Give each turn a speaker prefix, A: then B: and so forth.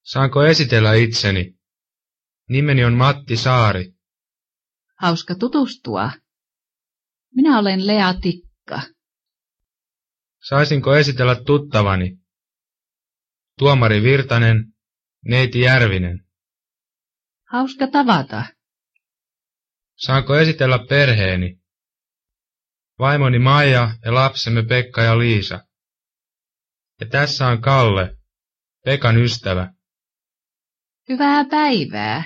A: Saanko esitellä itseni? Nimeni on Matti Saari.
B: Hauska tutustua. Minä olen Lea Tikka.
A: Saisinko esitellä tuttavani? Tuomari Virtanen, neiti Järvinen.
B: Hauska tavata.
A: Saanko esitellä perheeni? Vaimoni Maija ja lapsemme Pekka ja Liisa. Ja tässä on Kalle, Pekan ystävä.
B: Hyvää päivää.